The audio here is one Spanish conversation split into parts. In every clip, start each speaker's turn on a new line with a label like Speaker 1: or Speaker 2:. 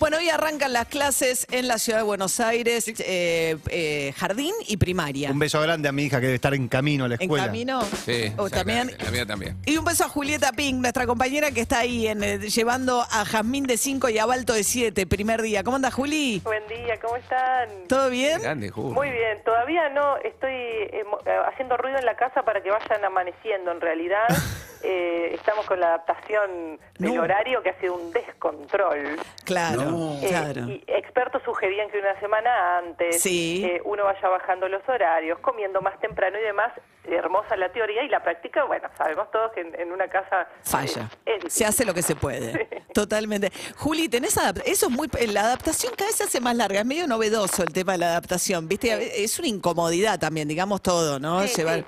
Speaker 1: Bueno, hoy arrancan las clases en la ciudad de Buenos Aires, eh, eh, jardín y primaria.
Speaker 2: Un beso grande a mi hija que debe estar en camino a la
Speaker 1: En
Speaker 2: escuela.
Speaker 1: camino.
Speaker 3: Sí,
Speaker 1: o
Speaker 3: ya,
Speaker 1: también.
Speaker 3: La, la mía también.
Speaker 1: Y un beso a Julieta Pink, nuestra compañera que está ahí en, eh, llevando a Jazmín de 5 y a Balto de 7, primer día. ¿Cómo andas, Juli?
Speaker 4: Buen día, ¿cómo están?
Speaker 1: ¿Todo bien?
Speaker 3: Grande, Ju.
Speaker 4: Muy bien, todavía no estoy eh, mo- eh, haciendo ruido en la casa para que vayan amaneciendo. En realidad, Eh, estamos con la adaptación del
Speaker 1: No.
Speaker 4: horario que ha sido un descontrol.
Speaker 1: Claro,
Speaker 4: Eh,
Speaker 1: claro.
Speaker 4: y expertos sugerían que una semana antes
Speaker 1: Sí.
Speaker 4: eh, uno vaya bajando los horarios, comiendo más temprano y demás. Hermosa la teoría y la práctica, bueno, sabemos todos que en, en una casa eh,
Speaker 1: Falla.
Speaker 4: es difícil.
Speaker 1: Se hace lo que se puede. Totalmente. Juli, tenés adap- eso es muy la adaptación cada vez se hace más larga, es medio novedoso el tema de la adaptación, ¿viste? A ve- Es una incomodidad también, digamos todo, ¿no?
Speaker 4: Sí,
Speaker 1: Llevar
Speaker 4: sí.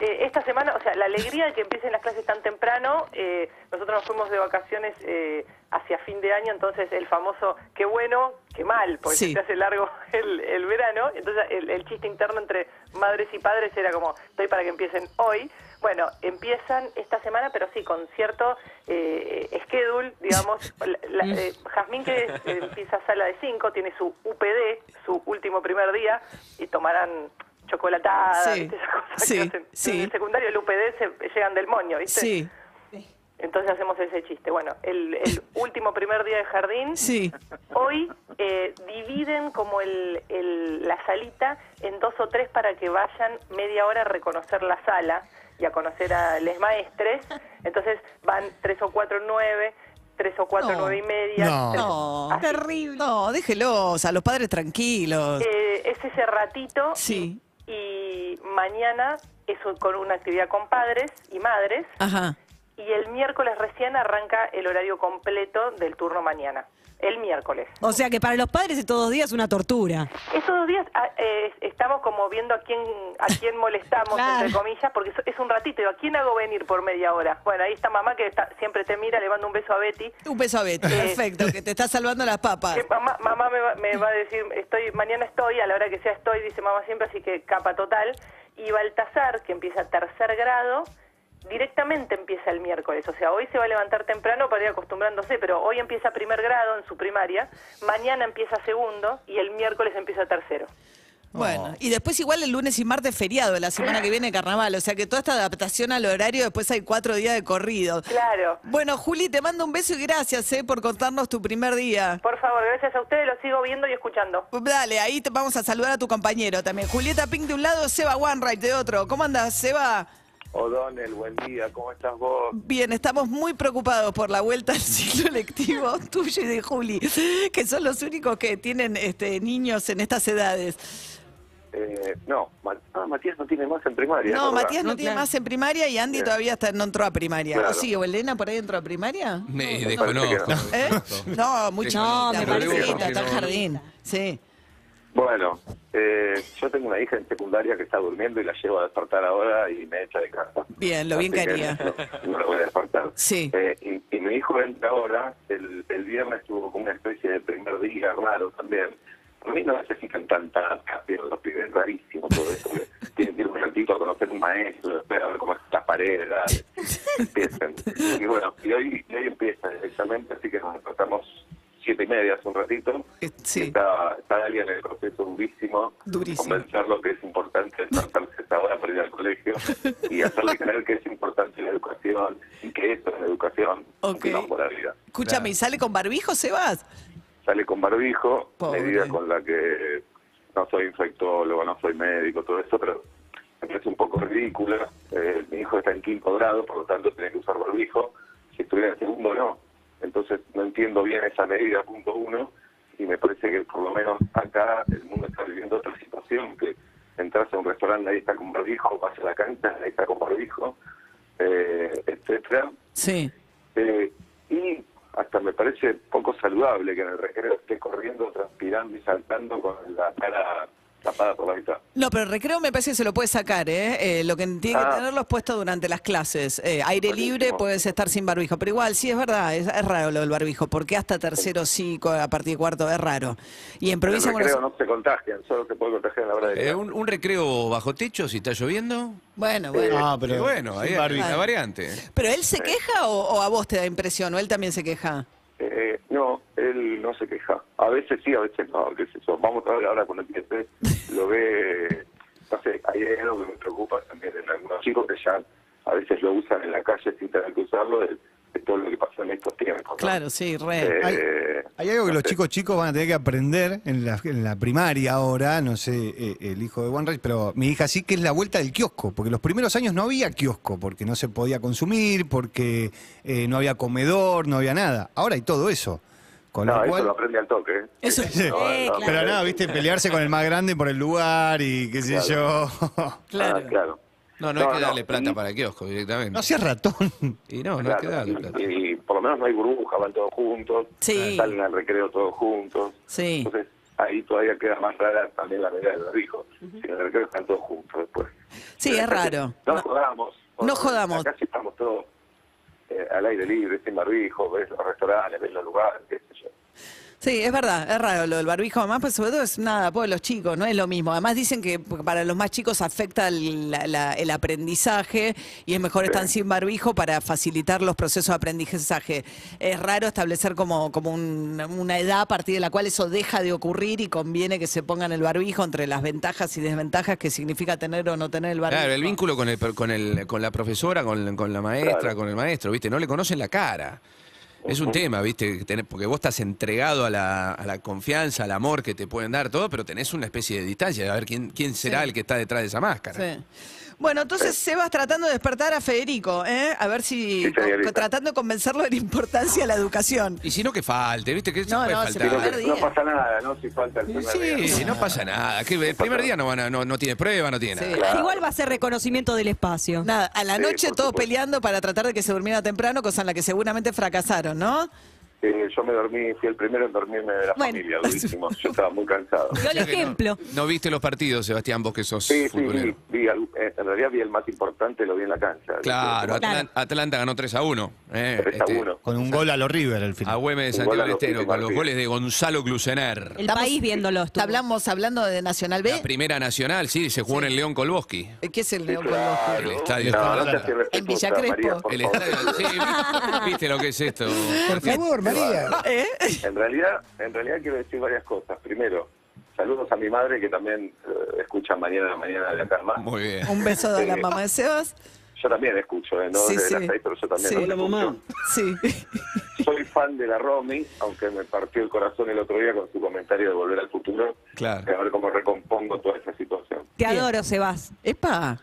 Speaker 4: Eh, esta semana, o sea, la alegría de que empiecen las clases tan temprano, eh, nosotros nos fuimos de vacaciones eh, hacia fin de año, entonces el famoso qué bueno, qué mal, porque
Speaker 1: Sí.
Speaker 4: se hace largo el, el verano, entonces el, el chiste interno entre madres y padres era como, estoy para que empiecen hoy. Bueno, empiezan esta semana, pero sí, con cierto eh, schedule, digamos. La- la- eh, Jazmín, que es- eh, empieza sala de 5, tiene su UPD, su último primer día, y tomarán chocolatada,
Speaker 1: Sí,
Speaker 4: ¿viste? esas cosas
Speaker 1: sí,
Speaker 4: que hacen.
Speaker 1: sí.
Speaker 4: En el secundario el UPD se llegan del moño, ¿viste?
Speaker 1: Sí,
Speaker 4: Entonces hacemos ese chiste. Bueno, el, el último primer día de jardín,
Speaker 1: sí.
Speaker 4: hoy eh, dividen como el, el- la salita en dos o tres para que vayan media hora a reconocer la sala y a conocer a los maestres. Entonces van tres o cuatro nueve, tres o cuatro
Speaker 1: No.
Speaker 4: nueve y media.
Speaker 2: No.
Speaker 4: tres-
Speaker 1: No,
Speaker 4: así.
Speaker 1: terrible. No, déjelos, a los padres tranquilos.
Speaker 4: Eh, es ese ratito
Speaker 1: Sí.
Speaker 4: y mañana eso con una actividad con padres y madres
Speaker 1: Ajá.
Speaker 4: y el miércoles recién arranca el horario completo del turno mañana. El miércoles.
Speaker 5: O sea que para los padres estos dos días es una tortura.
Speaker 4: Esos dos días ah, eh, estamos como viendo a quién a quién molestamos,
Speaker 5: Claro.
Speaker 4: entre comillas, porque es- es un ratito. Digo, ¿A quién hago venir por media hora? Bueno, ahí está mamá que está- siempre te mira, le mando un beso a Betty.
Speaker 1: Un beso a Betty, perfecto, que te está salvando las papas.
Speaker 4: Que mamá mamá me, va, me va a decir, estoy mañana estoy, a la hora que sea estoy, dice mamá siempre, así que capa total. Y Baltasar, que empieza tercer grado, directamente empieza el miércoles. O sea, hoy se va a levantar temprano para ir acostumbrándose, pero hoy empieza primer grado en su primaria, mañana empieza segundo y el miércoles empieza tercero.
Speaker 1: Bueno, y después igual el lunes y martes feriado, la semana que viene carnaval, o sea que toda esta adaptación al horario, después hay cuatro días de corrido.
Speaker 4: Claro.
Speaker 1: Bueno, Juli, te mando un beso y gracias eh, por contarnos tu primer día.
Speaker 4: Por favor, gracias a ustedes, los sigo viendo y escuchando.
Speaker 1: Dale, ahí te vamos a saludar a tu compañero también. Julieta Pink de un lado, Seba Wainwright de otro. ¿Cómo andas, Seba?
Speaker 6: O'Donnell, buen día, ¿cómo estás vos?
Speaker 1: Bien, estamos muy preocupados por la vuelta al ciclo lectivo tuyo y de Juli, que son los únicos que tienen este, niños en estas edades.
Speaker 6: Eh, no, Ma- ah, Matías no tiene más en primaria.
Speaker 1: No,
Speaker 6: ¿verdad?
Speaker 1: Matías no,
Speaker 5: No,
Speaker 1: tiene
Speaker 5: claro.
Speaker 1: más en primaria y Andy
Speaker 6: Bien.
Speaker 1: todavía está, no entró a primaria. ¿O
Speaker 6: Claro.
Speaker 1: sí? ¿O Elena por ahí entró a primaria?
Speaker 3: Me
Speaker 6: no.
Speaker 3: desconozco.
Speaker 6: Parece
Speaker 1: ¿Eh? No, muy
Speaker 3: Sí,
Speaker 1: chiquita,
Speaker 5: no, me
Speaker 1: muy
Speaker 6: parece que
Speaker 1: chiquita,
Speaker 6: no.
Speaker 1: está en jardín. Sí.
Speaker 6: Bueno, eh, yo tengo una hija en secundaria que está durmiendo y la llevo a despertar ahora y me echa de casa.
Speaker 1: Bien, lo bien
Speaker 6: Así
Speaker 1: que haría.
Speaker 6: No, no la voy a despertar.
Speaker 1: Sí.
Speaker 6: Eh, y, y mi hijo entra ahora, el, el viernes tuvo como una especie de primer día raro también. A mí no necesitan tanta pero los pibes, rarísimo todo esto. que Tienen que ir un ratito a conocer un maestro, después a ver cómo están las paredes, dale. empiezan. Y bueno, y hoy, y hoy empieza directamente, así que nos despertamos siete y media hace un ratito.
Speaker 1: Eh, Sí.
Speaker 6: Está, está Dalia en el proceso durísimo.
Speaker 1: Durísimo.
Speaker 6: Convencerlo que es importante despertarse a esta hora para ir al colegio y hacerle creer que es importante la educación y que esto es la educación.
Speaker 1: Ok.
Speaker 6: que no por la vida.
Speaker 1: Escúchame, ¿y sale con barbijo, Sebas?
Speaker 6: Sale con barbijo,
Speaker 1: Pobre.
Speaker 6: medida con la que no soy infectólogo, no soy médico, todo eso, pero me parece un poco ridícula. Eh, mi hijo está en quinto grado, por lo tanto tiene que usar barbijo. Si estuviera en segundo, no. Entonces no entiendo bien esa medida, punto uno, y me parece que por lo menos acá el mundo está viviendo otra situación, que entras a un restaurante, ahí está con barbijo, vas a la cancha, ahí está con barbijo, eh, etcétera.
Speaker 1: Sí.
Speaker 6: Eh, y hasta me parece poco saludable que en el recreo esté corriendo, transpirando y saltando con la cara tapada por la mitad.
Speaker 1: No, pero el recreo me parece que se lo puede sacar, ¿eh? Eh, lo que tiene que
Speaker 6: Ah.
Speaker 1: tenerlo es puesto durante las clases. Eh, aire
Speaker 6: Buenísimo.
Speaker 1: libre puedes estar sin barbijo, pero igual sí es verdad, es, es raro lo del barbijo, porque hasta tercero sí, co- a partir de cuarto es raro. Y en
Speaker 6: En el
Speaker 1: provincia de
Speaker 6: recreo
Speaker 1: Buenos
Speaker 6: no se contagian, solo se puede contagiar en la hora de
Speaker 3: Eh, un, un recreo bajo techo si está lloviendo.
Speaker 1: Bueno, bueno.
Speaker 2: Ah, pero.
Speaker 3: Y bueno, ahí
Speaker 2: sin
Speaker 3: hay
Speaker 2: barbijo.
Speaker 3: una variante.
Speaker 1: ¿Pero él se queja o, o a vos te da impresión? ¿O él también se queja?
Speaker 6: Eh, no, él no se queja. A veces sí, a veces no, qué sé yo. Vamos a ver ahora cuando empiece, lo ve, no sé, ahí hay algo que me preocupa también en algunos chicos que ya a veces lo usan en la calle sin tener que usarlo de, de todo lo que pasó en estos tiempos. ¿no?
Speaker 1: Claro, sí, re.
Speaker 6: Eh,
Speaker 2: Hay algo que
Speaker 6: no
Speaker 2: los
Speaker 6: sé.
Speaker 2: chicos chicos van a tener que aprender en la, en la primaria ahora, no sé, eh, el hijo de One Rage, pero mi hija sí que es la vuelta del kiosco, porque los primeros años no había kiosco, porque no se podía consumir, porque eh, no había comedor, no había nada. Ahora hay todo eso. Con
Speaker 6: No,
Speaker 2: lo
Speaker 6: eso
Speaker 2: cual...
Speaker 6: lo aprende al toque. ¿eh?
Speaker 1: Eso-
Speaker 2: Sí.
Speaker 6: No,
Speaker 5: Eh,
Speaker 6: no,
Speaker 2: Pero nada, viste, pelearse con el más grande por el lugar y qué sé yo.
Speaker 6: Ah,
Speaker 1: Claro.
Speaker 6: claro.
Speaker 3: No, no, hay que darle plata para el kiosco directamente.
Speaker 2: No seas ratón.
Speaker 3: y no, no hay que
Speaker 6: Claro,
Speaker 3: darle
Speaker 6: y-
Speaker 3: plata.
Speaker 6: y, por lo menos no hay burbuja, van todos juntos,
Speaker 1: Sí.
Speaker 6: salen al recreo todos juntos.
Speaker 1: Sí.
Speaker 6: Entonces ahí todavía queda más rara también la medida del barbijo. Si en el recreo están todos juntos después.
Speaker 1: Sí,
Speaker 6: Pero
Speaker 1: es
Speaker 6: acá sí,
Speaker 1: raro.
Speaker 6: No,
Speaker 1: No.
Speaker 6: jodamos.
Speaker 1: No jodamos.
Speaker 6: Acá sí estamos todos eh, al aire libre, sin barbijo, ves los restaurantes, ves los lugares, qué sé yo.
Speaker 1: Sí, es verdad, es raro lo del barbijo. Además, pues sobre todo es nada, pues los chicos, no es lo mismo. Además dicen que para los más chicos afecta el, la- la- el aprendizaje y es mejor estar sin barbijo para facilitar los procesos de aprendizaje. Es raro establecer como, como un- una edad a partir de la cual eso deja de ocurrir y conviene que se pongan el barbijo entre las ventajas y desventajas que significa tener o no tener el barbijo.
Speaker 3: Claro, el vínculo con el, per- con el con la profesora, con, con la maestra,
Speaker 6: Claro.
Speaker 3: con el maestro, ¿viste? No le conocen la cara. Es un tema, ¿viste? que tenés- Porque vos estás entregado a la, a la confianza, al amor que te pueden dar, todo, pero tenés una especie de distancia, a ver quién, quién será el que está detrás de esa máscara.
Speaker 1: Sí. Bueno, entonces Sebas tratando de despertar a Federico, ¿eh? a ver si
Speaker 6: Sí, señorita.
Speaker 1: co- tratando de convencerlo de la importancia de la educación.
Speaker 3: Y si no, que falte, ¿viste? Que
Speaker 1: No,
Speaker 3: puede
Speaker 1: no, se
Speaker 3: faltar.
Speaker 6: Si no,
Speaker 1: primer
Speaker 6: que-
Speaker 1: día.
Speaker 6: no pasa nada, ¿no? Si falta el primer
Speaker 3: Sí,
Speaker 6: día.
Speaker 3: no pasa nada. Que el primer día no, van a- no, no tiene prueba, no tiene
Speaker 1: Sí.
Speaker 3: nada.
Speaker 6: Claro.
Speaker 5: Igual va a ser reconocimiento del espacio.
Speaker 1: Nada, a la
Speaker 6: Sí,
Speaker 1: noche
Speaker 6: por
Speaker 1: todos
Speaker 6: supuesto.
Speaker 1: peleando para tratar de que se durmiera temprano, cosa en la que seguramente fracasaron, ¿no?
Speaker 6: Eh, yo me dormí, fui el primero en dormirme de la
Speaker 5: Bueno.
Speaker 6: familia, durísimo. Yo estaba muy cansado.
Speaker 5: Yo el
Speaker 3: O sea que no-
Speaker 5: ejemplo.
Speaker 3: No, viste los partidos, Sebastián, vos que sos
Speaker 6: Sí, sí,
Speaker 3: futbolero.
Speaker 6: vi, vi al- eh, en realidad vi el más importante, lo vi en la cancha.
Speaker 3: Claro, Atlan-
Speaker 5: Claro.
Speaker 3: Atlanta ganó 3 a 1. eh,
Speaker 6: 3 a
Speaker 3: este,
Speaker 6: 1.
Speaker 2: Con un gol a los River al final.
Speaker 3: A Güemes de
Speaker 6: Un
Speaker 3: Santiago
Speaker 6: gol a
Speaker 3: del
Speaker 6: los
Speaker 3: Estero
Speaker 6: Pibes
Speaker 3: con los
Speaker 6: Martínez.
Speaker 3: goles de Gonzalo Glucener.
Speaker 5: El país viéndolo. estuvo.
Speaker 1: Hablamos hablando de Nacional
Speaker 3: La
Speaker 1: B,
Speaker 3: primera nacional, sí, se jugó en el León Kolboski.
Speaker 1: eh, ¿qué es el
Speaker 6: Sí,
Speaker 1: León
Speaker 6: claro.
Speaker 3: El estadio
Speaker 6: No, no
Speaker 3: está-
Speaker 6: te haces
Speaker 1: En Villa
Speaker 6: respetuosa, María,
Speaker 1: Crespo.
Speaker 6: por
Speaker 3: El
Speaker 6: favor.
Speaker 3: estadio, sí, viste lo que es esto.
Speaker 7: Por favor, María.
Speaker 1: ¿eh?
Speaker 6: En realidad, en realidad quiero decir varias cosas. Primero, saludos a mi madre que también eh, escucha mañana a la mañana de acá en más.
Speaker 3: Muy bien.
Speaker 1: Un beso de la
Speaker 6: Sí.
Speaker 1: mamá de Sebas.
Speaker 6: Yo también escucho, ¿eh? no
Speaker 1: Sí,
Speaker 6: desde
Speaker 1: sí.
Speaker 6: las seis, pero yo también.
Speaker 1: Sí.
Speaker 6: los
Speaker 1: Hola,
Speaker 6: escucho.
Speaker 1: Sí.
Speaker 6: Soy fan de la Romy, aunque me partió el corazón el otro día con su comentario de volver al futuro.
Speaker 3: Claro.
Speaker 6: Que A ver cómo recompongo toda esa situación.
Speaker 5: Te adoro, Sebas.
Speaker 1: Epa.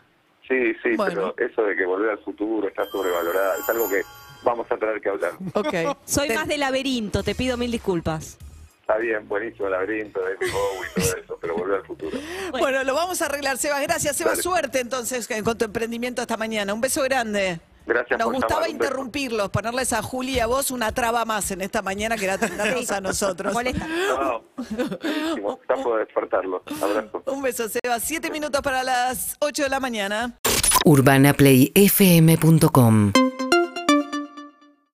Speaker 6: Sí, sí,
Speaker 1: Bueno.
Speaker 6: pero eso de que volver al futuro está sobrevalorada es algo que vamos a tener que hablar.
Speaker 1: Ok.
Speaker 5: Soy
Speaker 1: Te-
Speaker 5: más de laberinto, te pido mil disculpas.
Speaker 6: Está bien, buenísimo el laberinto, David Bowie y todo eso, pero volver al futuro.
Speaker 1: Bueno, lo vamos a arreglar, Sebas. Gracias, Sebas.
Speaker 6: Dale.
Speaker 1: Suerte entonces eh, con tu emprendimiento esta mañana. Un beso grande.
Speaker 6: Gracias
Speaker 1: Nos
Speaker 6: por
Speaker 1: gustaba
Speaker 6: llamar. Un beso.
Speaker 1: interrumpirlos, ponerles a Juli y a vos una traba más en esta mañana que era atendernos a nosotros.
Speaker 5: Molesta.
Speaker 6: No, buenísimo. Está por despertarlo. Abrazo.
Speaker 1: Un beso, Sebas. Siete minutos para las ocho de la mañana.
Speaker 8: urbanaplayfm.com